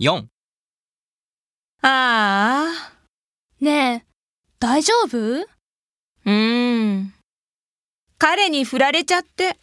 4ああ、ねえ、大丈夫うーん。彼に振られちゃって。